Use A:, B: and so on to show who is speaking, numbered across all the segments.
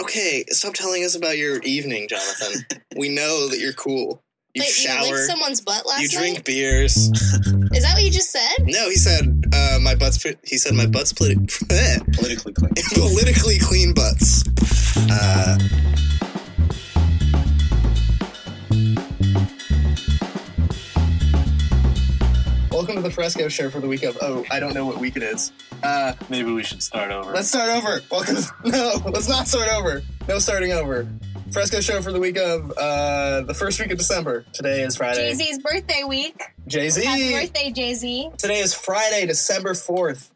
A: okay, stop telling us about your evening, Jonathan. we know that you're cool. You
B: Wait,
A: shower.
B: you
A: You,
B: licked someone's butt last
A: drink beers.
B: night? Is that what you just said?
A: No, he said uh, my butts. pre- He said my butts. Put
C: Politically clean.
A: politically clean butts. Uh, Welcome to the Fresco Show for the week of oh I don't know what week it is. Uh,
C: Maybe we should start over.
A: let's start over. Welcome. No, let's not start over. No starting over. Fresco Show for the week of uh, the first week of December. Today is
B: Jay
A: Friday.
B: Z's birthday week.
A: Jay
B: Happy
A: Z.
B: birthday, Jay Z.
A: Today is Friday, December fourth,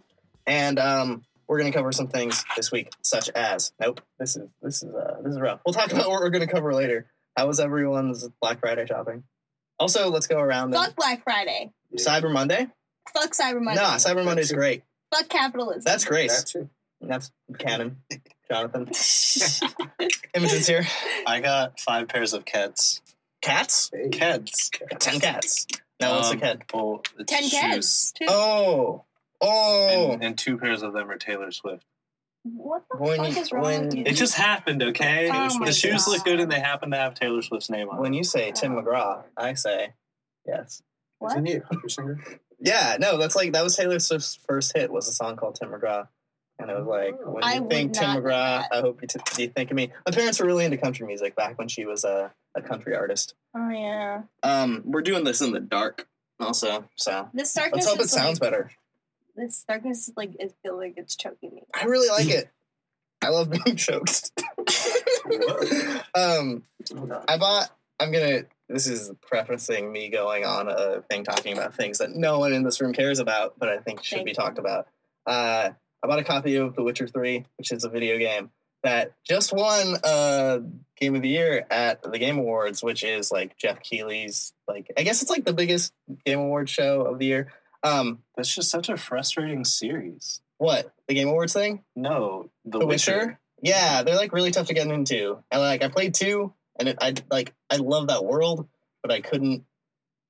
A: and um, we're gonna cover some things this week, such as nope. This is this is uh, this is rough. We'll talk about what we're gonna cover later. How was everyone's Black Friday shopping? Also, let's go around and-
B: Fuck Black Friday.
A: Cyber Monday.
B: Fuck Cyber Monday.
A: Nah, Cyber Monday's great.
B: Fuck capitalism.
A: That's
C: That
A: Grace.
C: too.
A: That's canon. Jonathan. Imogen's here.
C: I got five pairs of Keds.
A: Cats?
C: Keds.
A: Ten cats. No, it's a
C: Um,
A: cat.
C: bull- it's
B: Ten
C: shoes.
B: kids. too.
A: Oh. Oh.
C: And, and two pairs of them are Taylor Swift.
B: What the
A: When-
B: fuck is wrong with
A: when-
B: you?
C: It just happened, okay?
B: Oh my
C: the shoes
B: God.
C: look good and they happen to have Taylor Swift's name on
A: when
C: them.
A: you say Tim McGraw, I say yes.
B: what?
C: he a country singer?
A: Yeah, no, that's like that was Taylor Swift's first hit was a song called Tim McGraw. And it was like, when
B: I
A: you
B: would
A: think Tim
B: not know
A: McGraw,
B: that.
A: I hope you, t- you think of me. My parents were really into country music back when she was a, a country artist.
B: Oh yeah.
A: Um, we're doing this in the dark also, so
B: This darkness
A: let's hope it
B: is
A: sounds
B: like,
A: better.
B: This darkness is like it feels like it's choking me.
A: I really like it. I love being choked. um, I bought. I'm gonna. This is prefacing me going on a thing talking about things that no one in this room cares about, but I think should
B: Thank
A: be
B: you.
A: talked about. Uh, I bought a copy of The Witcher Three, which is a video game that just won uh, Game of the Year at the Game Awards, which is like Jeff Keighley's. Like, I guess it's like the biggest Game Award show of the year. Um,
C: That's just such a frustrating series.
A: what the Game Awards thing?
C: No, The,
A: The Witcher. Yeah, they're like really tough to get into. And like I played two, and it, I like I love that world, but I couldn't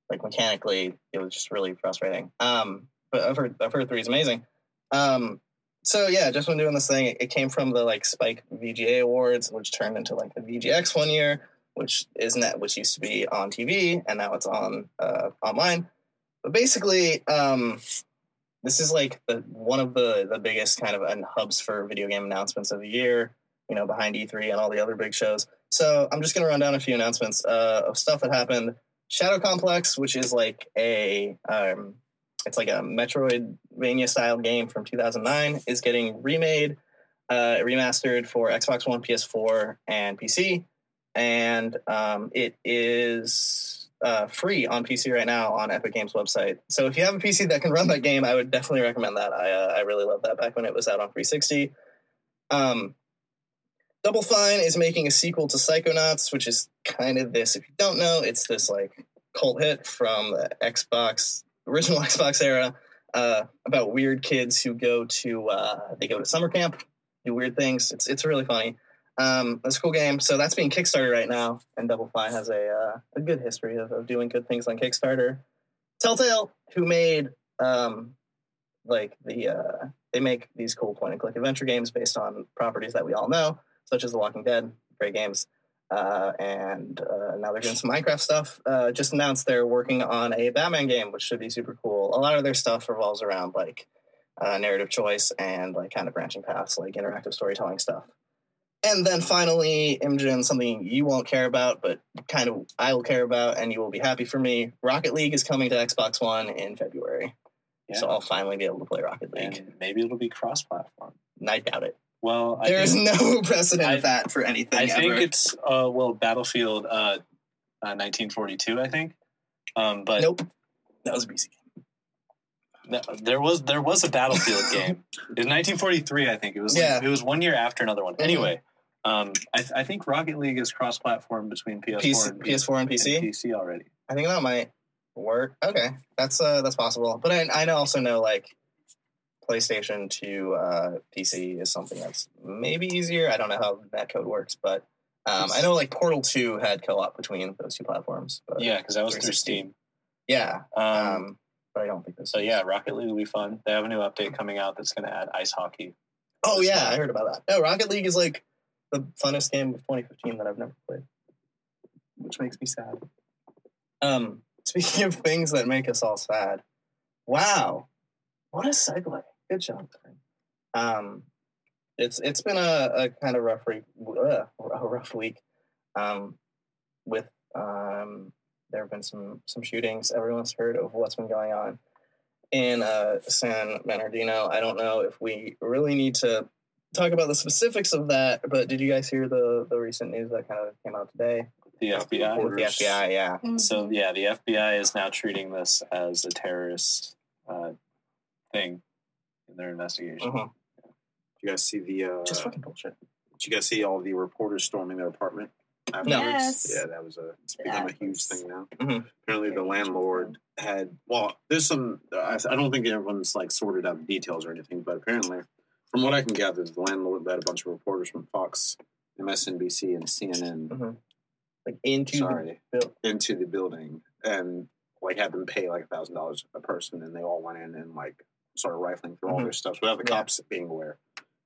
A: like mechanically. It was just really frustrating. Um, but I've heard I've heard three is amazing. Um, so yeah, just when doing this thing, it, it came from the like Spike VGA Awards, which turned into like the VGX one year, which isn't that which used to be on TV, and now it's on uh, online. But basically, um, this is like the, one of the the biggest kind of an hubs for video game announcements of the year. You know, behind E3 and all the other big shows. So I'm just gonna run down a few announcements uh, of stuff that happened. Shadow Complex, which is like a um, it's like a Metroidvania style game from 2009, is getting remade, uh, remastered for Xbox One, PS4, and PC, and um, it is uh, free on PC right now on Epic Games website. So if you have a PC that can run that game, I would definitely recommend that. I uh, I really loved that back when it was out on 360. Um, Double Fine is making a sequel to Psychonauts, which is kind of this. If you don't know, it's this like cult hit from the Xbox original Xbox era uh, about weird kids who go to uh, they go to summer camp, do weird things. It's it's really funny. Um, it's a cool game. So that's being Kickstarter right now, and Double Fine has a uh, a good history of, of doing good things on Kickstarter. Telltale, who made um, like the uh, they make these cool point and click adventure games based on properties that we all know, such as The Walking Dead, great games. Uh, and uh, now they're doing some Minecraft stuff. Uh, just announced they're working on a Batman game, which should be super cool. A lot of their stuff revolves around like uh, narrative choice and like kind of branching paths, like interactive storytelling stuff. And then finally, Imogen, something you won't care about, but kind of I will care about, and you will be happy for me. Rocket League is coming to Xbox One in February,
C: Yeah.
A: so I'll finally be able to play Rocket League.
C: and maybe it'll be cross platform.
A: And I doubt it.
C: Well, I
A: There is
C: think-
A: no precedent
C: I-
A: of that for anything.
C: I think
A: ever.
C: it's uh, well Battlefield uh, uh, 1942. I think, um, but
A: nope. That was BC.
C: th- there was there was a Battlefield game in 1943. I think it was like,
A: Yeah.
C: it was one year after another one.
A: Mhm.
C: Anyway, um, I, th- I think Rocket League is cross platform between PS4
A: PS,
C: and
A: PS4 and PC.
C: and PC already.
A: I think that might work. Okay, that's uh that's possible. But I, I know- also know like PlayStation to uh, PC is something that's maybe easier. I don't know how that code works, but um, I know like Portal Two had co-op between those two platforms. But
C: Yeah, because that was through
A: 360.
C: Steam.
A: yeah.
C: Um,
A: Um, but I don't think this.
C: so yeah, Rocket League will be fun. They have a new update coming out that's going to add ice hockey.
A: Oh yeah, I heard about that. No, Oh, Rocket League is like the funnest game of 2015 that I've never played, which makes me sad. Um, speaking of things that make us all sad, wow, what a segue! Good job. Corinne. Um, it's it's been a, a kind of rough week, uh, a rough week. Um, with um, there have been some some shootings. Everyone's heard of what's been going on in uh, San Bernardino. I don't know if we really need to talk about the specifics of that, but did you guys hear the the recent news that kind of came out today?
D: The FBI.
A: With the FBI, yeah.
D: So yeah, the FBI is now treating this as a terrorist uh, thing in their investigation.
A: Mhm.
C: you guys see the? Uh,
A: Just fucking bullshit.
C: did you guys see all the reporters storming their apartment? afterwards?
B: Mm. Yes.
C: Yeah, that was a. It's become a
B: That
C: huge
B: was-
C: thing now.
A: Mhm.
C: Apparently, the landlord had. Well, there's some. I, I don't think everyone's like sorted out the details or anything, but apparently, from what I can gather, the landlord let a bunch of reporters from Fox, MSNBC, and CNN.
A: Mm-hmm. Like into
C: Sorry,
A: buil-
C: into the building and like had them pay like a thousand dollars a person, and they all went in and like started rifling through all their stuff without the
A: Mm-hmm. Yeah.
C: cops being aware.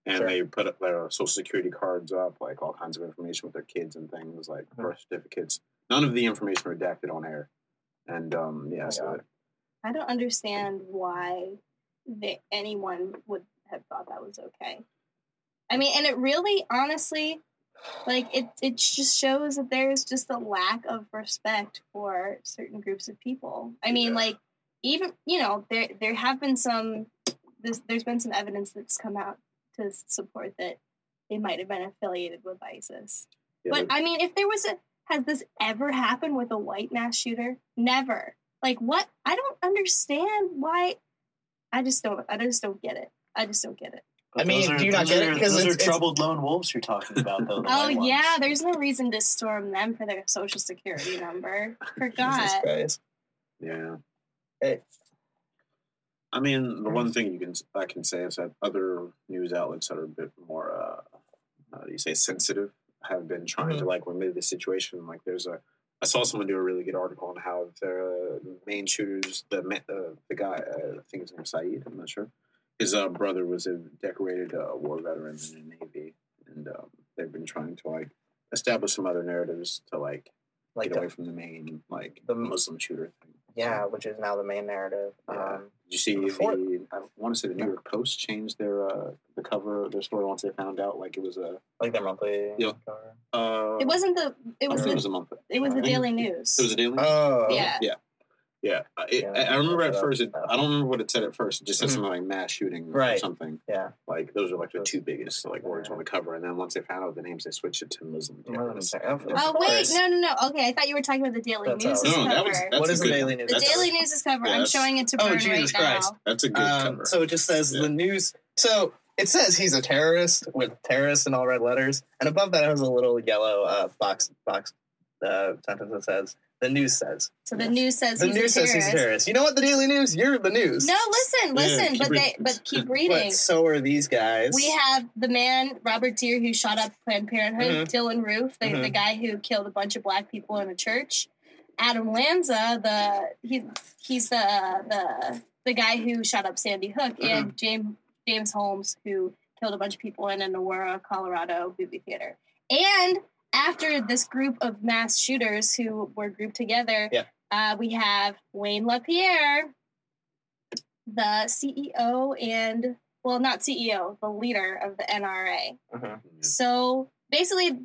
C: And
A: Sure.
C: they put up their social security cards up, like all kinds of information with their kids and things, like
A: Mhm.
C: birth certificates. None of the information redacted on air. And um, yeah,
A: my
C: so
A: God.
B: I don't understand why that anyone would have thought that was okay. I mean, and it really, honestly, like it, it just shows that there's just a lack of respect for certain groups of people. I mean,
C: Yeah.
B: like even you know there there have been some this, there's been some evidence that's come out to s- support that they might have been affiliated with ISIS.
C: yeah,
B: But
C: but-
B: I mean, if there was a, has this ever happened with a white mass shooter? Never. Like what? I don't understand why. I just don't. I just don't get it. I just don't get it.
A: I mean,
D: those are,
A: do you not
D: those
A: get it?
D: are-
A: 'Cause
D: Those
A: it's-
D: are
A: it's-
D: troubled lone wolves you're talking about, though. the
B: Oh
D: white ones.
B: yeah, there's no reason to storm them for their social security number.
A: Jesus
B: Forgot.
A: Christ.
C: yeah.
A: Hey.
C: I mean, the one thing you can I can say is that other news outlets that are a bit more, uh, uh, you say, sensitive have been trying to like remedy the situation. Like, there's a I saw someone do a really good article on how the main shooters, the ma- uh, the guy, uh, I think his name Saeed, I'm not sure. His uh, brother was a decorated uh, war veteran in the Navy, and um, they've been trying to like establish some other narratives to like
A: Like
C: get away
A: the,
C: from the main like
A: the-
C: the Muslim shooter thing.
A: yeah, which is now the main narrative.
C: Yeah.
A: Um,
C: Did you see
A: Before-
C: the? I want to say the New York Post changed their uh, the cover of their story once they found out like it was a.
A: like their monthly.
C: Yeah.
A: cover.
C: Uh,
B: It wasn't the. It
C: I
B: was
C: think it
B: the.
C: was a month. It
B: It was the
C: I think
B: Daily News.
C: was a daily.
A: Oh.
B: Yeah.
C: yeah, I- it,
A: Yeah,
C: I, I remember at
A: that's-
C: first. It, I don't remember what it said at first. It just said
A: Mhm.
C: something like mass shooting or
A: Right.
C: something.
A: Yeah.
C: Like those are like the two biggest like words on the cover. And then once they found out the names, they switched it to Muslim.
A: More than a
C: terrorists.
A: second. Of
B: Oh wait,
A: course.
B: no, no, no. Okay, I thought you were talking about the Daily
A: That's
B: News'
A: how-
B: cover.
C: No, that was- that's
A: What
C: a
A: is the
C: good
A: daily
C: one.
A: news?
B: the
C: that's-
B: Daily News' cover.
C: yeah,
B: I'm
C: that's-
B: showing it to
A: Oh,
B: Burn
A: Jesus
B: right
A: Christ.
B: now.
C: That's a good
A: Um,
C: cover.
A: so it just says
C: Yeah.
A: the news. So it says he's a terrorist with terrorist in all red letters, and above that has a little yellow uh, box box uh, sentence that says the news says
B: So the news says
A: the
B: he's
A: news
B: a
A: says he's a
B: terrorist.
A: terrorist. You know what? The Daily News. You're the news.
B: No, listen, listen,
C: keep
B: but they
C: reading.
B: but keep
A: But
B: reading.
A: so are these guys.
B: We have the man Robert Deere who shot up Planned Parenthood, Dylan Roof, the, the
A: Mhm.
B: guy who killed a bunch of black people in a church, Adam Lanza, the he he's the the the guy who shot up Sandy Hook, and James James Holmes who killed a bunch of people in an Aurora, Colorado movie theater, and after this group of mass shooters who were grouped together,
A: Yeah.
B: uh, we have Wayne LaPierre, the CEO and well, not CEO, the leader of the NRA.
C: Uh-huh.
A: Mhm.
B: So basically,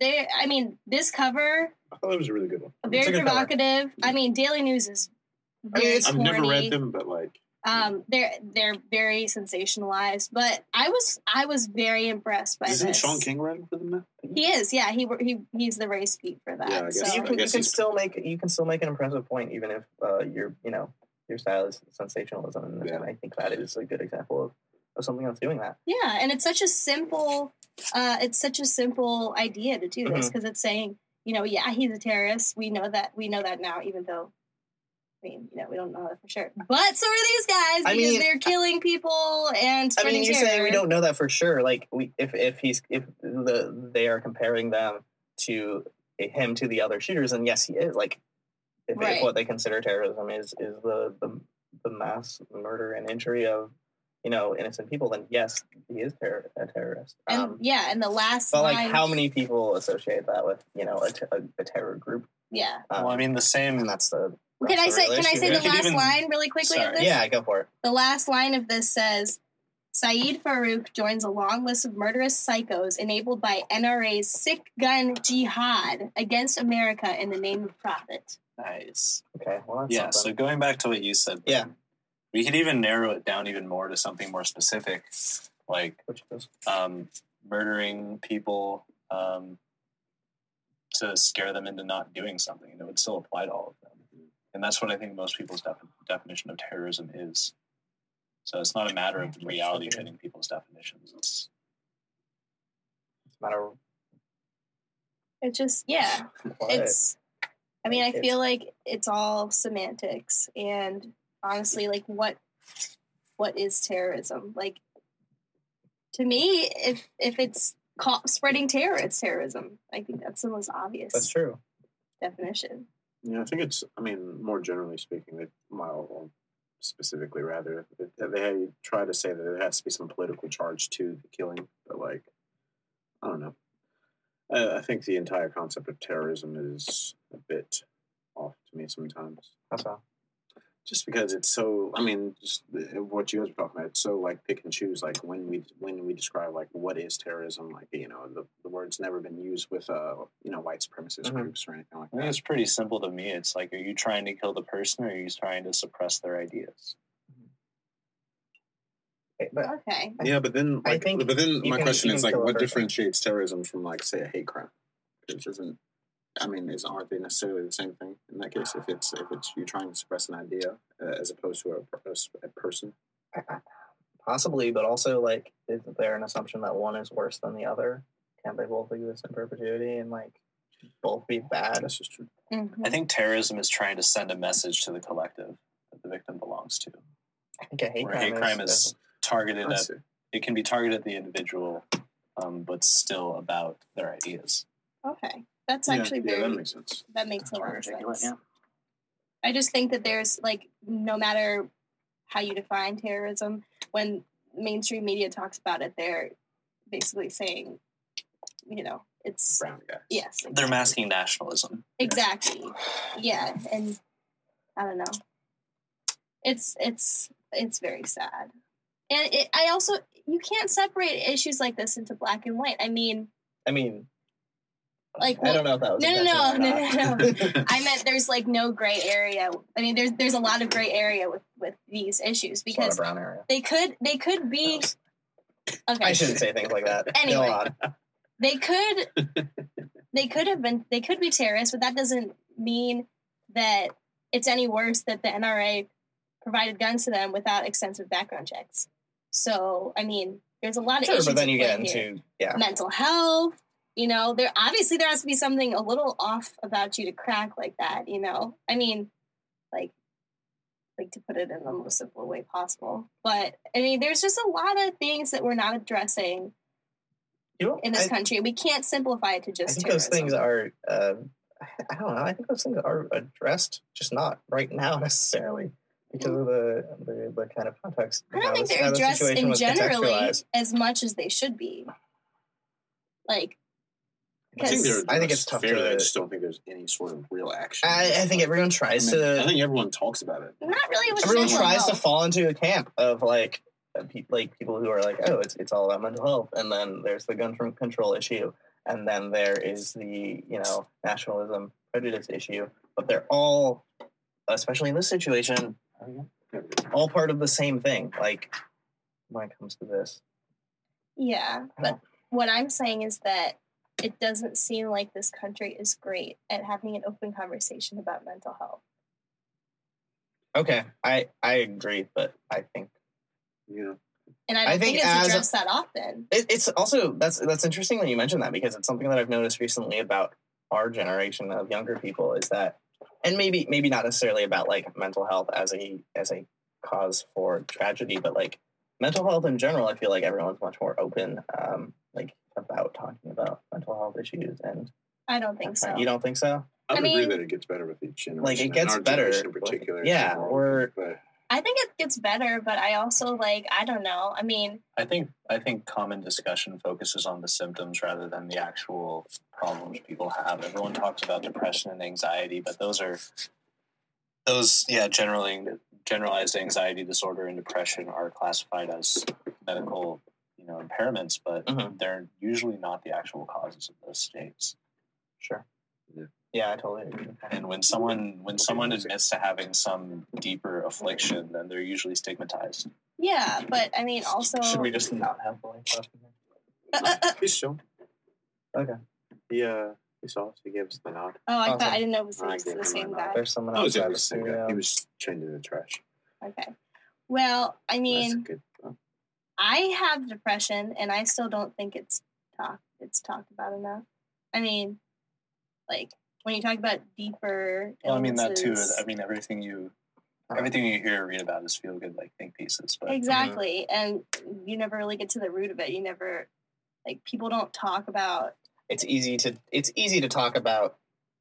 B: they. I mean, this cover
C: I thought it was a really good one.
A: It's a
B: very
A: good cover.
B: provocative. I mean, Daily News is.
A: I mean,
B: Very
A: it's-
C: I've
B: corny.
C: never read them, but like
B: Um, they're they're very sensationalized, but I was I was very impressed by
C: isn't
B: this.
C: Sean King writing for them now?
B: He is, yeah. He wor- he he's the race beat for that.
C: Yeah, I guess
B: so.
A: you
C: I
A: can, you
C: guess
A: can
C: he's-
A: still make you can still make an impressive point even if uh, your you know your style is sensationalism, and
C: Yeah.
A: I think that is a good example of, of something else doing that.
B: Yeah, and it's such a simple, uh, it's such a simple idea to do
A: Mm-hmm.
B: this because it's saying, you know, yeah, he's a terrorist. We know that. We know that now, even though, I mean, you know, we don't know that for sure. But so are these guys because
A: I mean-
B: they're killing people and
A: I
B: spreading
A: mean, you're
B: terror.
A: saying we don't know that for sure. Like, we if if he's if the they are comparing them to him to the other shooters, and yes, he is. Like, if,
B: Right.
A: if what they consider terrorism is is the the, the mass murder and injury of you know innocent people, then yes, he is terror- a terrorist.
B: And
A: Um,
B: yeah, and the last
A: but like,
B: line-
A: how many people associate that with you know a, t- a- a terror group?
B: Yeah.
A: Um,
C: Well, Oh, I mean, the same
A: and that's the.
B: Can I
A: that's the
B: say?
A: real
B: Can I
A: issue
B: say
A: here.
B: the
C: could
B: last
C: even-
B: line really quickly?
C: Sorry.
B: Of this?
A: Yeah, go for it.
B: The last line of this says Saeed Farouk joins a long list of murderous psychos enabled by NRA's sick gun jihad against America in the name of profit.
C: nice.
A: Okay, well that's
C: yeah.
A: something.
C: So going back to what you said,
A: Yeah.
C: we could even narrow it down even more to something more specific, like
A: Which is-
C: um, murdering people um, to scare them into not doing something, and it would still apply to all of them. And that's what I think most people's def- definition of terrorism is. So it's not a matter of reality fitting people's definitions. It's,
A: it's a matter of
B: It's just, yeah.
A: what.
B: it's i mean i
A: It's-
B: feel like it's all semantics and honestly like what what is terrorism like to me if if it's ca- spreading terror it's terrorism i think that's the most obvious
A: that's true.
B: definition
D: Yeah, I think it's. I mean, more generally speaking, they well, specifically rather that they try to say that there has to be some political charge to the killing, but like, I don't know. I, I think the entire concept of terrorism is a bit off to me sometimes,
A: That's all.
D: Um, just because it's so. I mean, just the- what you guys were talking about. It's so like pick and choose. Like when we when we describe like what is terrorism, like you know, the, the word's never been used with uh you know white supremacist
A: Mhm.
C: Mm-hmm.
D: groups or anything like
C: I think
D: that.
C: it's pretty simple to me. It's like, are you trying to kill the person, or are you trying to suppress their ideas?
A: Okay, Eh, but
B: okay
D: Yeah, but then
A: I
D: like,
A: think
D: but then
A: you
D: my
A: can-
D: question
A: you
D: is
A: can
D: like,
A: kill a
D: what
A: person.
D: differentiates terrorism from like, say, a hate crime? Which isn't, I mean, is aren't they necessarily the same thing in that case? If it's if it's you trying to suppress an idea uh, as opposed to a, per- a s- a person,
A: possibly, but also like, is there an assumption that one is worse than the other? Can they both exist in perpetuity and like both be bad?
D: that's just true.
B: Mhm.
C: I think terrorism is trying to send a message to the collective that the victim belongs to.
A: I think a hate
C: Where
A: crime,
C: hate crime is targeted
D: I
C: at,
D: see.
C: it can be targeted at the individual, um, but still about their ideas.
B: okay that's
D: Yeah,
B: actually
D: yeah,
B: very
D: that makes sense.
B: that makes a lot
A: Trying
B: of
A: to think of it,
B: sense I just think that there's like no matter how you define terrorism, when mainstream media talks about it, they're basically saying, you know, it's
D: Brown guy.
B: yes,
C: They're masking nationalism.
B: exactly, yeah, and I don't know. It's it's it's very sad, and it, I also you can't separate issues like this into black and white. I mean,
A: I mean,
B: like
A: I don't know if that was
B: No, no,
A: intentional or
B: no,
A: not.
B: no, I meant there's like no gray area. I mean, there's there's a lot of gray area with with these issues
A: It's not a
B: because
A: brown area.
B: they could they could be okay.
A: I shouldn't say things like that. Go
B: Anyway.
A: on.
B: They could they could have been they could be terrorists, but that doesn't mean that it's any worse that the NRA provided guns to them without extensive background checks. So I mean, there's a lot of
A: sure,
B: issues
A: but then
B: at
A: you get
B: play
A: into
B: here.
A: yeah.
B: mental health. You know, there obviously there has to be something a little off about you to crack like that. You know, I mean, like, like to put it in the most simple way possible. But I mean, there's just a lot of things that we're not addressing
A: You know,
B: in this
A: I-
B: country. We can't simplify it
A: I
B: to just
A: think
B: terrorism.
A: those things are. Uh, I don't know. I think those things are addressed, just not right now necessarily because of the the, the kind of context.
B: Mm. I
A: how
B: don't think
A: this-
B: they're
A: how the
B: addressed
A: situation
B: in
A: was
B: generally
A: contextualized.
B: as much as they should be. Like,
D: I think, they're
B: because
A: I think
D: addressed
A: it's tough
D: fairly.
A: to-
D: I just don't think there's any sort of real action.
A: I, I think everyone
D: I,
A: tries
D: mean, I
A: to.
D: think everyone talks about it.
B: not really with
A: Everyone
B: mental
A: tries to
B: health.
A: fall into a camp of like, uh, pe- like people who are like, oh, it's it's all about mental health, and then there's the gun control issue, and then there is the you know nationalism prejudice issue, but they're all, especially in this situation, all part of the same thing. Like when it comes to this,
B: Yeah, but
A: Uh-huh.
B: what I'm saying is that it doesn't seem like this country is great at having an open conversation about mental health.
A: okay, I I agree, but I think
D: You know,
B: And I
A: I
B: don't
A: think
B: think, it's
A: as-
B: addressed that often.
A: it, it's also that's that's interesting that you mentioned that because it's something that I've noticed recently about our generation of younger people is that, and maybe maybe not necessarily about like mental health as a as a cause for tragedy, but like mental health in general, I feel like everyone's much more open, um, like about talking about mental health issues. And
B: I don't think so.
A: you don't think so?
D: I,
B: I
D: would agree
B: mean-
D: that it gets better with each generation.
A: Like it
D: and
A: gets
D: our
A: better.
D: generation in particular. is
A: yeah,
D: more
A: we're
D: open, but
B: I think it gets better, but I also like I don't know. I mean,
C: I think I think common discussion focuses on the symptoms rather than the actual problems people have. Everyone talks about depression and anxiety, but those are those yeah, generally generalized anxiety disorder and depression are classified as medical, you know, impairments, but
A: Mhm.
C: they're usually not the actual causes of those states.
A: Sure.
D: Yeah.
A: Yeah, I totally agree.
C: And when someone when
D: Okay,
C: someone
D: music.
C: admits to having some deeper affliction, then they're usually stigmatized.
B: yeah, but I mean also
A: Should we just not have the link left? in there? Uh,
D: He's chill.
A: Okay.
D: He uh he saw us. He gave us the nod.
B: Oh, I
A: Awesome.
B: thought I didn't know it was
D: I
B: the,
D: agree
B: the
D: with
B: same
D: that.
B: guy.
A: There's someone
D: That was
A: else.
D: the same guy. He was trained in the trash.
B: Okay. Well, I
D: That's a
B: mean,
D: good. oh,
B: I have depression, and I still don't think it's talked it's talked about enough. I mean, like when you talk about deeper.
C: Well, I mean that too.
B: illnesses-
C: I mean everything you
A: Uh-huh.
C: everything you hear or read about is feel good like think pieces.
A: mm-hmm.
C: But
B: Exactly, and you never really get to the root of it. You never like people don't talk about
A: it's easy to it's easy to talk about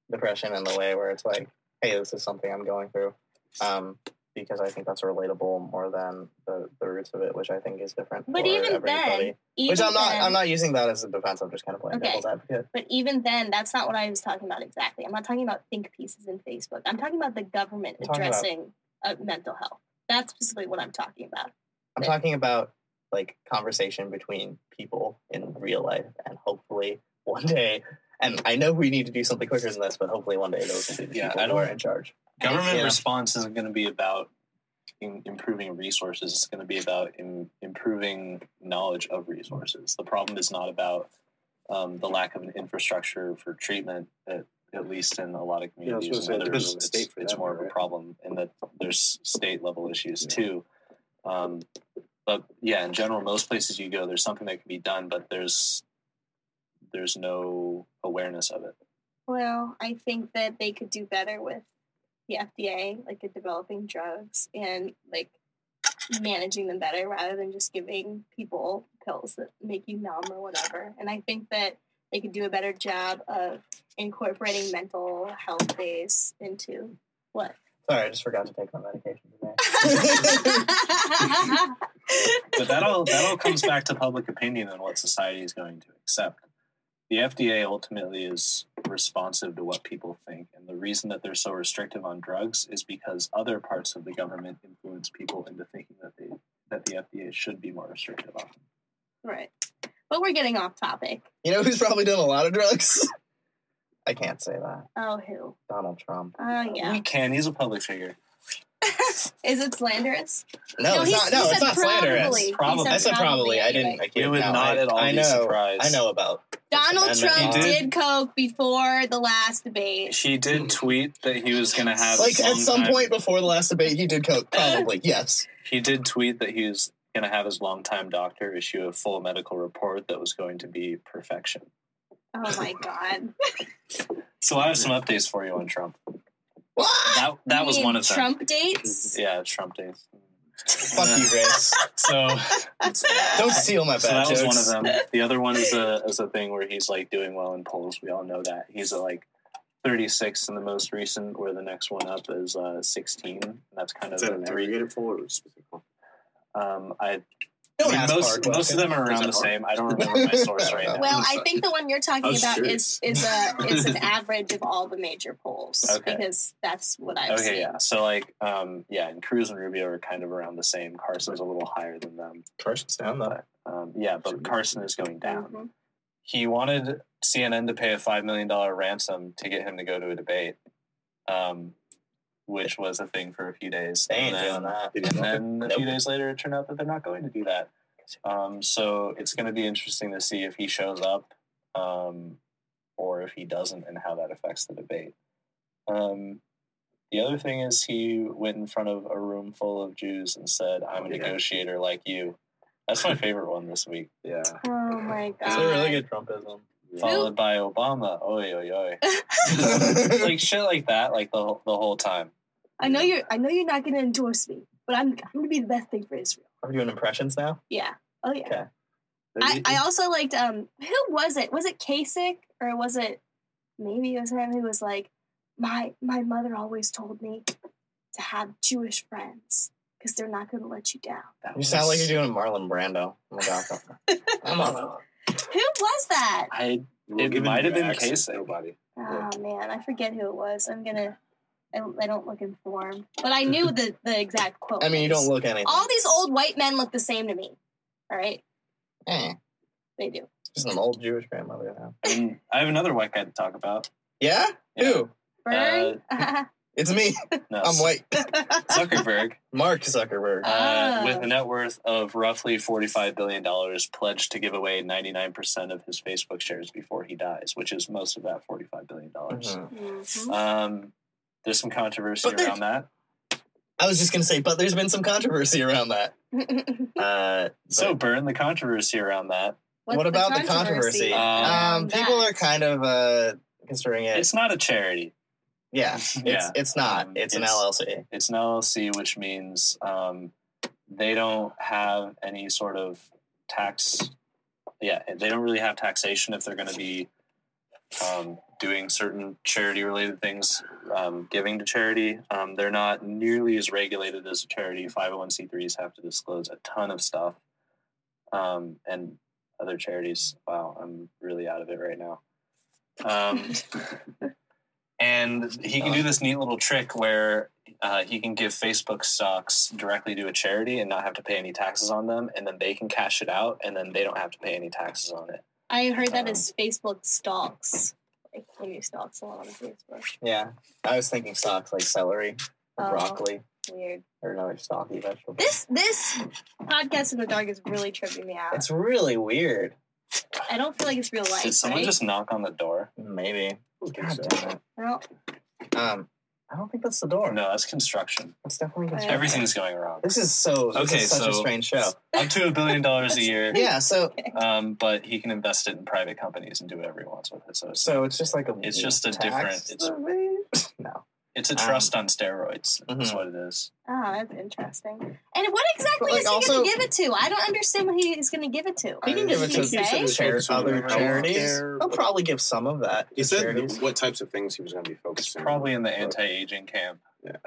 A: depression in the way where it's like, hey, this is something I'm going through, um, because I think that's relatable more than the, the roots of it, which I think is different.
B: But
A: for
B: even
A: everybody.
B: then, even
A: which I'm not
B: then-
A: I'm not using that as a defense. I'm just kind of playing
B: Okay.
A: devil's advocate.
B: But even then, that's not what I was talking about exactly. I'm not talking about think pieces in Facebook. I'm talking about the government
A: I'm talking about-
B: addressing uh, mental health. That's specifically what I'm talking about.
A: I'm
B: Okay.
A: talking about like conversation between people in real life, and hopefully one day. And I know we need to do something quicker than this, but hopefully one day those will be the
C: Yeah,
A: people
C: I
A: who are
C: don't-
A: in charge.
C: government
A: Yeah.
C: response isn't going to be about in, improving resources. It's going to be about in, improving knowledge of resources. The problem is not about um, the lack of an infrastructure for treatment, at, at least in a lot of
D: Yeah, I was
C: communities.
D: gonna
C: and
D: say, it depends
C: others,
D: on the
C: it's
D: state for
C: it's
D: that,
C: more of a
D: right?
C: problem, and that there's state level issues
D: Yeah.
C: too. Um, but yeah, in general, most places you go, there's something that can be done, but there's there's no awareness of it.
B: Well, I think that they could do better with the FDA, like in developing drugs and like managing them better rather than just giving people pills that make you numb or whatever. And I think that they could do a better job of incorporating mental health days into what
A: Sorry, I just forgot to take my medication today.
C: but that all that all comes back to public opinion and what society is going to accept. The FDA ultimately is responsive to what people think, and the reason that they're so restrictive on drugs is because other parts of the government influence people into thinking that they that the FDA should be more restrictive on. them.
B: right. But we're getting off topic.
A: You know who's probably done a lot of drugs? I can't say that.
B: Oh, who?
A: Donald Trump.
B: Oh, yeah.
C: We can. He's a public figure.
B: Is it slanderous?
A: No, it's
B: he's-
A: not.
B: he
A: No, it's
B: said
A: not
B: probably.
A: slanderous.
B: He
C: Probably.
A: I said probably. I
B: anyway.
A: didn't. I
C: We
A: can't.
C: would
A: no,
C: not
A: I,
C: at all
A: I
C: be
A: know.
C: surprised.
A: I know about
B: Donald
A: Amendment
B: Trump
C: He
B: did.
C: did.
B: coke before the last debate.
C: He did tweet that he was going to have
A: like at
C: long
A: some
C: time-
A: point before the last debate, he did coke. Probably yes.
C: He did tweet that he was going to have his longtime doctor issue a full medical report that was going to be perfection.
B: Oh my god!
C: So I have some updates for you on Trump.
A: What?
C: That that was
B: You mean
C: one of them.
B: Trump dates.
C: Yeah, Trump days.
A: Fuck you, Grace.
C: So,
A: Don't steal my bad
C: so that was
A: jokes.
C: one of them. The other one is a is a thing where he's like doing well in polls. We all know that he's at like 36 in the most recent, where the next one up is uh, 16. And that's kind of
D: Is that
C: a
D: an
C: three.
D: aggregated poll or specific poll?
C: Um, I, I
A: Don't
C: mean,
A: ask hard
C: most most of
A: questions.
C: them are around the
D: Is that
C: same. I don't remember my source right now.
B: Well, I think the one you're
D: I
B: talking
D: was
B: about
D: curious.
B: is is a is an average of all the major polls
C: Okay.
B: because that's what I've
C: Okay,
B: seen.
C: yeah. So like, um, yeah, and Cruz and Rubio are kind of around the same. Carson's a little higher than them.
A: Carson's down though.
C: Um, yeah, but Carson is going down.
B: Mhm.
C: he wanted CNN to pay a five million dollar ransom to get him to go to a debate, um, which was a thing for a few days.
A: They ain't
C: And then-
A: doing that.
D: Did
C: and
D: he
C: then a few
A: Nope.
C: days later, it turned out that they're not going to do that. Um, so it's going to be interesting to see if he shows up um, or if he doesn't and how that affects the debate. Um, the other thing is, he went in front of a room full of Jews and said, I'm a
D: Yeah.
C: negotiator like you. That's my favorite one this week.
D: Yeah.
B: Oh my god!
A: It's a really good Trumpism.
C: Followed by Obama. Oi, oi, oi. like shit like that, like the whole, the whole time.
B: I know you're. I know you're not going to endorse me, but I'm. I'm going to be the best thing for Israel.
A: Are we doing impressions now?
B: Yeah. Oh yeah.
A: Okay.
B: I, I also liked um who was it? Was it Kasich or was it maybe it was him who was like my my mother always told me to have Jewish friends because they're not going to let you down.
C: That
A: You sound like you're doing Marlon Brando. Oh my god. Come on.
B: Who was that?
C: I
D: We're
C: It
D: giving
C: might
D: you
C: have been
D: access,
C: Kasich.
D: Nobody.
B: Oh man, I forget who it was. I'm gonna. I, I don't look informed, but I knew the the exact quote.
A: I mean, you
B: was.
A: don't look anything.
B: All these old white men look the same to me. All right,
A: Eh,
B: they do.
A: just an old Jewish grandmother. Now.
C: I, mean, I have another white guy to talk about.
A: Yeah? Who?
B: Burn.
A: It's me.
C: No,
A: I'm white.
C: Zuckerberg,
A: Mark Zuckerberg.
C: uh,
B: Oh.
C: with a net worth of roughly $45 billion, pledged to give away 99% of his Facebook shares before he dies, which is most of that $45 billion.
A: Mhm.
B: Mhm.
C: Um, there's some controversy
A: But there's-
C: around that.
A: I was just gonna say, but there's been some controversy around that. Uh,
C: So,
A: so
C: Burn, the controversy around that.
B: What's
A: what about the controversy?
C: Um,
A: um,
B: around
A: people
B: that?
A: are kind of uh, considering it.
C: It's not a charity.
A: yeah, it's
C: yeah.
A: it's not.
C: Um,
A: It's, an
C: it's-
A: LLC.
C: It's an LLC, which means um, they don't have any sort of tax. Yeah, they don't really have taxation if they're going to be um, doing certain charity related things, um, giving to charity. Um, they're not nearly as regulated as a charity. 501c3s have to disclose a ton of stuff. Um, and other charities, wow, I'm really out of it right now. Um, and he can do this neat little trick where uh, he can give Facebook stocks directly to a charity and not have to pay any taxes on them, and then they can cash it out, and then they don't have to pay any taxes on it.
B: I heard that
C: Um,
B: as Facebook stalks. Like when you stalk someone on Facebook.
A: Yeah, I was thinking stocks like celery, or
B: Oh.
A: broccoli,
B: Weird.
A: or another stocky vegetable.
B: This this podcast in the dark is really tripping me out.
A: It's really weird.
B: I don't feel like it's real life.
C: Did someone
B: right?
C: just knock on the door?
A: Maybe.
D: God
A: damn it.
B: Well,
A: Um, I don't think that's the door.
C: No, that's construction.
A: it's definitely
B: Alright.
A: construction.
C: Everything's going wrong.
A: This is so. This
C: Okay,
A: is such a
C: so-
A: strange show.
C: Up to a billion dollars a year,
A: Yeah, so
C: um, but he can invest it in private companies and do whatever he wants with it. So it's,
A: so it's just like a.
C: It's just a
A: tax
C: different- it's-
A: survey? no.
C: it's a trust on steroids. Is
D: Mm-hmm.
A: Mhm.
C: what it is.
B: oh, that's interesting. And what exactly
A: But, like,
B: is he
A: also-
B: going to give it to? I don't understand what he is going to give it to.
A: He can give it
B: Did
A: to
B: he say?
D: He
A: chari-
D: focused on
A: other
D: healthcare,
A: charities. He'll
D: but-
A: probably give some of that.
D: He
A: to
D: said
A: charities.
D: what types of things he was going to be
C: It's
D: focusing. on.
C: probably in the anti-aging camp.
D: Yeah.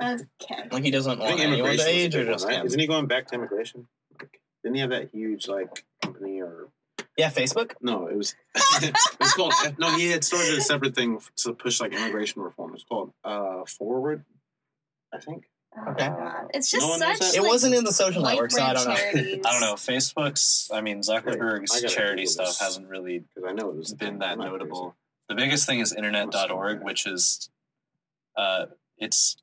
B: Okay.
A: like he doesn't
D: I
A: want
D: think
A: anyone
D: immigration.
A: to
D: was a
A: age or
D: big one,
A: just
D: right?
A: him.
D: Isn't he going back to immigration? Like, didn't he have that huge like company or
A: Yeah, Facebook.
D: no? It was it's called no. He had started a separate thing f- to push like immigration reform. It's called uh, Forward, I think.
B: Oh,
A: Okay.
B: God. It's
D: No
B: just
D: one knows
B: such.
D: that?
A: It
B: like,
A: wasn't in the social
B: white
A: network, so I
B: bread
A: don't know.
B: charities.
C: I don't know. Facebook's, I mean, Zuckerberg's
D: I gotta
C: charity
D: Google this.
C: stuff hasn't really
D: Because I know it
C: It's
D: was a
C: been
D: thing.
C: that
D: I'm not
C: notable. The biggest thing is internet.org, which is uh, it's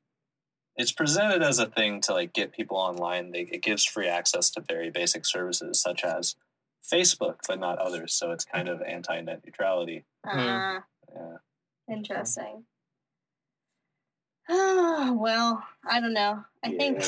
C: it's presented as a thing to like get people online. They, it gives free access to very basic services such as Facebook, but not others. So it's kind of anti net neutrality.
B: Uh,
C: Yeah.
A: Hmm.
B: Interesting. Oh, well, I don't know. I
D: crazy.
B: think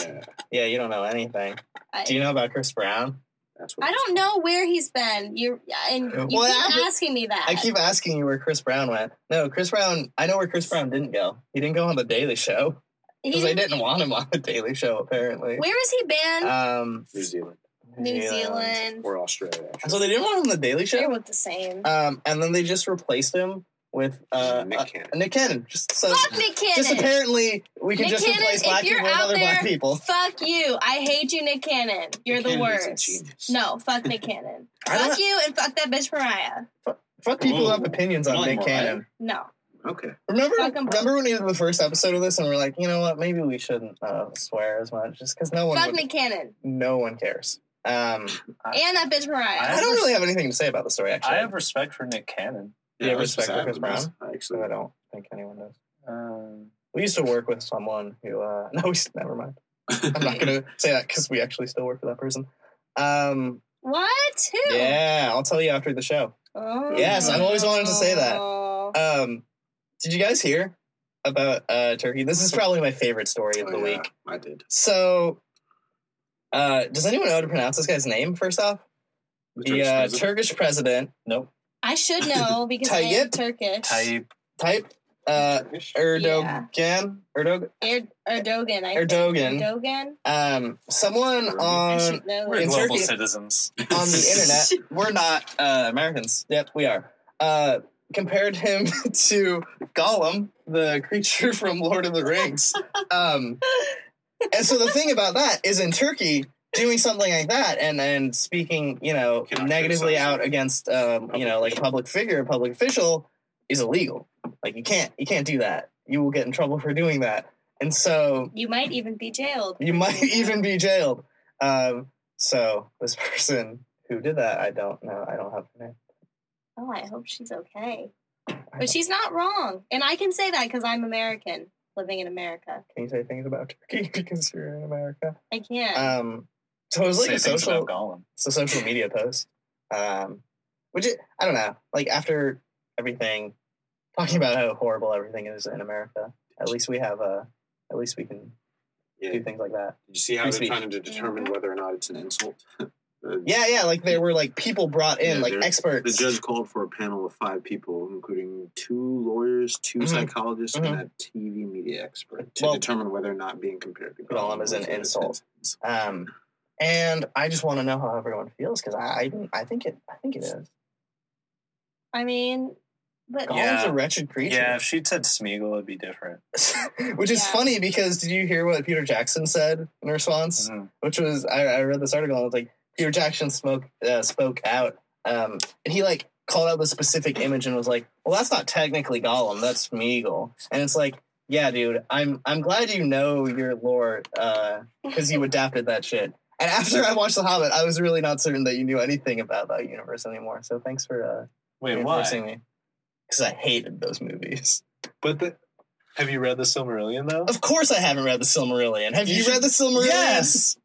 D: Yeah,
A: Yeah, you don't know anything.
B: I,
A: Do you know about Chris Brown?
D: that's what
B: I
D: it's
B: don't know where he's been. You and you
A: Uh, Well,
B: keep
A: I-
B: asking me that.
A: I keep asking you where Chris Brown went. No, Chris Brown. I know where Chris Brown didn't go. He didn't go on the Daily Show
B: He
A: because they
B: didn't-
A: didn't want him on the Daily Show. Apparently.
B: Where is he banned?
A: Um,
D: New Zealand
B: New Zealand.
D: or Australia. actually.
A: So they didn't want him on the Daily
B: They
A: Show.
B: look the same.
A: Um, and then they just replaced him with uh,
D: Nick
A: uh,
D: Cannon.
A: Nick Cannon. Just so.
B: Fuck Nick Cannon.
A: Just apparently, we can
B: Nick
A: just
B: Cannon,
A: replace
B: if
A: black
B: you're
A: people with
B: out
A: other black
B: there,
A: people.
B: Fuck you. I hate you, Nick Cannon. You're
D: Nick
B: the
D: Cannon is a
B: worst.
D: genius.
B: No, fuck Nick Cannon.
A: I
B: fuck
A: don't,
B: you and fuck that bitch Mariah.
A: fuck people who have
D: Whoa.
A: opinions
D: You
A: on
D: like
A: Nick
D: Mariah?
A: Cannon.
B: No.
D: Okay.
A: Remember,
B: Fuck 'em both.
A: remember when we did the first episode of this, and we are like, you know what? Maybe we shouldn't uh, swear as much, just because no one,
B: fuck
A: would-
B: Nick Cannon.
A: no one cares. Um,
B: And that bitch
A: I
B: Mariah.
C: have
A: don't
C: res-
A: really have anything to say about the story. Actually,
C: I have respect for Nick Cannon.
A: Yeah, respect for Chris Brown.
D: I
A: so
D: actually
A: I don't think anyone does.
C: Um,
A: We used to work with someone who. Uh, no, we s- never mind. I'm not gonna say that because we actually still work with that person. Um,
B: what? Who?
A: yeah, I'll tell you after the show.
B: Oh.
A: Yes, I've always wanted to say that. Um, did you guys hear about uh, Turkey? This is probably my favorite story of the
D: Oh, yeah,
A: week.
D: I did.
A: So, uh, does anyone know how to pronounce this guy's name? First off, the
D: Turkish
A: uh,
D: president.
A: Turkish president
C: nope.
B: I should know because I am
A: Tayyip.
B: Turkish.
C: Type.
A: type uh,
D: Turkish?
A: Erdogan. Erdogan.
B: Er- Erdogan. I think.
A: Erdogan.
B: Erdogan.
A: Um, someone
D: Erdogan.
B: I
A: on
B: should know.
A: We're
C: We're
A: in
C: global
A: Turkey.
C: citizens.
A: on the internet. We're not uh, Americans. Yep, we are. Uh, compared him to Gollum, the creature from Lord of the Rings. Um, and so the thing about that is in Turkey, doing something like that and and speaking, you know,
D: Cannot
A: negatively
D: criticize.
A: out against, um, you know, like a
D: Public
A: public figure, public official, is illegal. Like you can't you can't do that. You will get in trouble for doing that. And so
B: You might even be jailed.
A: you might even be jailed. Um, so this person who did that, I don't know. I don't have her name.
B: Oh, I hope she's okay. But she's not wrong. And I can say that because I'm American, living in America.
A: Can you say things about Turkey because you're in America?
B: I can't.
C: Uh,
A: Um, so it was like
C: Say
A: a
C: things
A: social.
C: about Gollum.
A: it's a social media post. Um, which it, I don't know. Like after everything, talking about how horrible everything is in America. At least we have a. At least we can
D: Yeah.
A: do
D: Did
A: things like that.
D: you see how
A: Free
D: they're
A: speech.
D: trying to determine whether or not it's an insult? The-
A: Yeah, yeah. Like there were like people brought in,
D: Yeah,
A: like
D: there- The
A: experts.
D: judge called for a panel of five people, including two lawyers, 2
A: Mhm.
D: psychologists, and a TV media expert, to
A: Well-
D: determine whether or not being compared to
A: Gollum is an
D: was
A: insult.
D: insult.
A: um, and I just want to know how everyone feels because I, I I think it I think it is.
B: I mean, but
A: Gollum's
C: Yeah.
A: a wretched
C: Yeah,
A: creature.
C: if she said Smeagol, it'd be different.
A: Which is
B: Yeah.
A: funny because did you hear what Peter Jackson said in response?
C: Mhm.
A: which was I, I read this article and it was like Peter Jackson spoke uh, spoke out, um, and he like called out the specific image and was like, "Well, that's not technically Gollum, that's Smeagol," and it's like, "Yeah, dude, I'm I'm glad you know your lore because you adapted that shit." And after I watched The Hobbit, I was really not certain that you knew anything about that universe anymore. So thanks for uh,
C: Wait,
A: reinforcing
C: why?
A: me because I hated those movies.
C: But the, have you read the Silmarillion though?
A: Of course, I haven't read The Silmarillion. Have you,
C: You should-
A: read The Silmarillion?
C: Yes.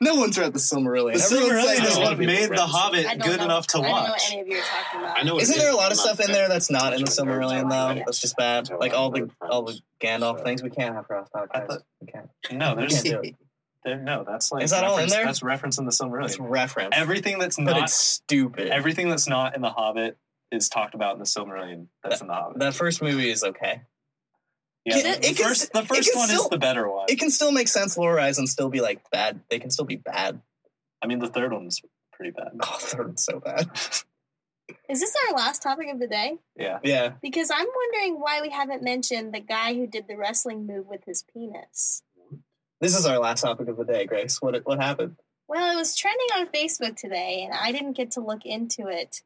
A: No one's read The Silmarillion.
C: The
A: Everyone's saying
C: Silmarillion
A: there's
C: is
A: one
C: what
A: people
C: made
A: read
C: The Hobbit
B: I don't
C: good
B: know-
C: enough to
B: I don't know what
C: watch.
B: any of you are talking about.
D: I know. it
A: Isn't
D: is,
A: there a lot
D: but
A: of
D: not
A: stuff in
D: that
A: there that's not
D: much
A: in the
D: of a nerd.
A: Silmarillion though? That's just bad. Like all the all the Gandalf things, we can't have cross
C: I thought-
A: podcasts. We can't.
C: No,
A: We
C: there's
A: can't do it.
C: there, no. That's like
A: Is that all in
C: reference-
A: there?
C: That's reference in the
A: It's
C: Silmarillion.
A: reference,
C: Everything that's
A: but
C: not
A: it's stupid.
C: everything that's not in the Hobbit is talked about in the Silmarillion. That's in the Hobbit.
A: that first movie is okay.
C: yeah,
A: Can it-
C: the
A: it can-
C: first the
A: it
C: first
A: can
C: one is
A: still-
C: the better one.
A: It can still make sense lore-wise and still be like bad. They can still be bad.
C: I mean, the third one's pretty bad.
A: Oh, third so bad.
B: Is this our last topic of the day?
C: Yeah,
A: Yeah.
B: Because I'm wondering why we haven't mentioned the guy who did the wrestling move with his penis.
A: This is our last topic of the day, Grace. What what happened?
B: Well, it was trending on Facebook today, and I didn't get to look into it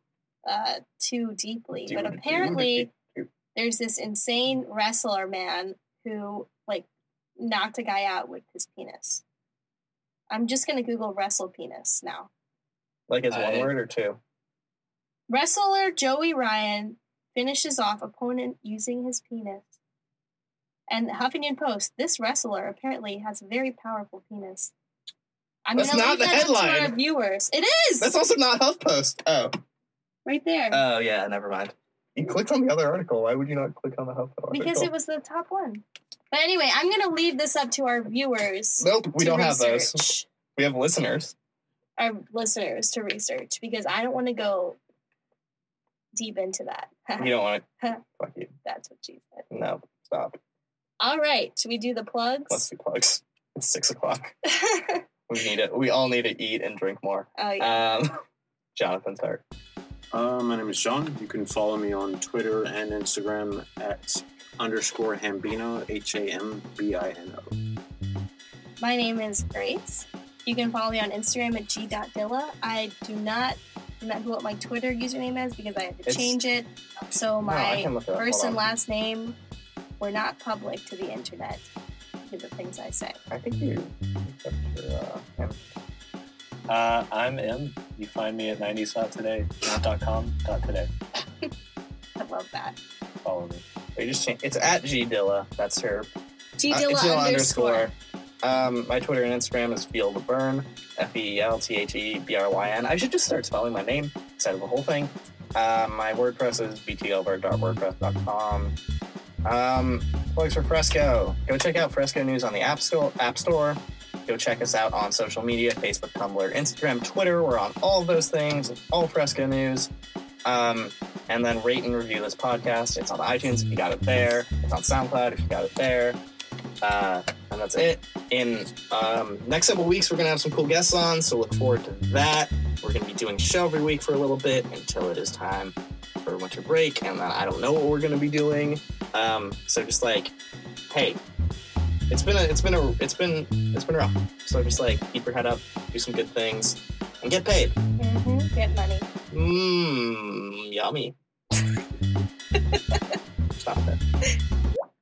B: uh, too deeply.
A: Do-
B: but
A: do-
B: apparently,
A: do- do.
B: there's this insane wrestler man who like knocked a guy out with his penis. I'm just gonna Google wrestle penis now.
A: Like as one
C: I-
A: word or two?
B: Wrestler Joey Ryan finishes off opponent using his penis. And the Huffington Post, this wrestler apparently has a very powerful penis. I'm
A: That's
B: gonna
A: not
B: leave
A: the
B: that up to our
A: headline.
B: viewers. It is
A: That's also not HuffPost. Oh.
B: right there.
A: Oh yeah, never mind. You clicked on the other article. Why would you not click on the HuffPost article?
B: because it was the top one. But anyway, I'm gonna leave this up to our viewers.
A: Nope, we
B: to
A: don't have those.
B: research,
A: We have listeners.
B: Our listeners to research because I don't want to go deep into that.
A: You don't want to. Fuck you.
B: That's what she said.
A: No, stop.
B: All right, should we do the
A: Let's
B: plugs?
A: do plugs. It's six o'clock. We need it. We all need to eat and drink more.
B: oh yeah.
A: Um, Jonathan start.
D: Uh, my name is John. You can follow me on Twitter and Instagram at underscore Hambino, H A M B I N O.
B: My name is Grace. You can follow me on Instagram at g.dilla. I do not remember what my Twitter username is because I had to
A: It's-
B: change it. So
A: No, I
B: Oh my
A: can look it up.
B: first
A: Hold
B: and
A: on.
B: last name were not public to the internet because of things I say.
A: I think you. except for, uh, him.
C: uh, I'm M. You find me at 90s not today, not .com, dot today.
B: I love that.
C: Follow me.
A: We just changed. It's at G Dilla. That's her
B: G
A: Uh,
B: Dilla
A: Jill
B: underscore.
A: Um, my Twitter and Instagram is Feel the Burn, F E L T H E B R Y N. I should just start spelling my name instead of the whole thing. Um, my WordPress is btlbird.wordpress.com. Um, plugs for Fresco. Go check out Fresco News on the App Store. App Store. Go check us out on social media Facebook, Tumblr, Instagram, Twitter. We're on all of those things, all Fresco News. Um, and then rate and review this podcast. It's on iTunes if you got it there, it's on SoundCloud if you got it there. Uh, and that's it. In um, next couple weeks, we're gonna have some cool guests on, so look forward to that. We're gonna be doing show every week for a little bit until it is time for winter break, and then I don't know what we're gonna be doing. Um, so just like, hey, it's been a, it's been a, it's been, it's been rough. So just like keep your head up, do some good things, and get paid.
B: Mhm, Get money.
A: Mmm, yummy. Stop it.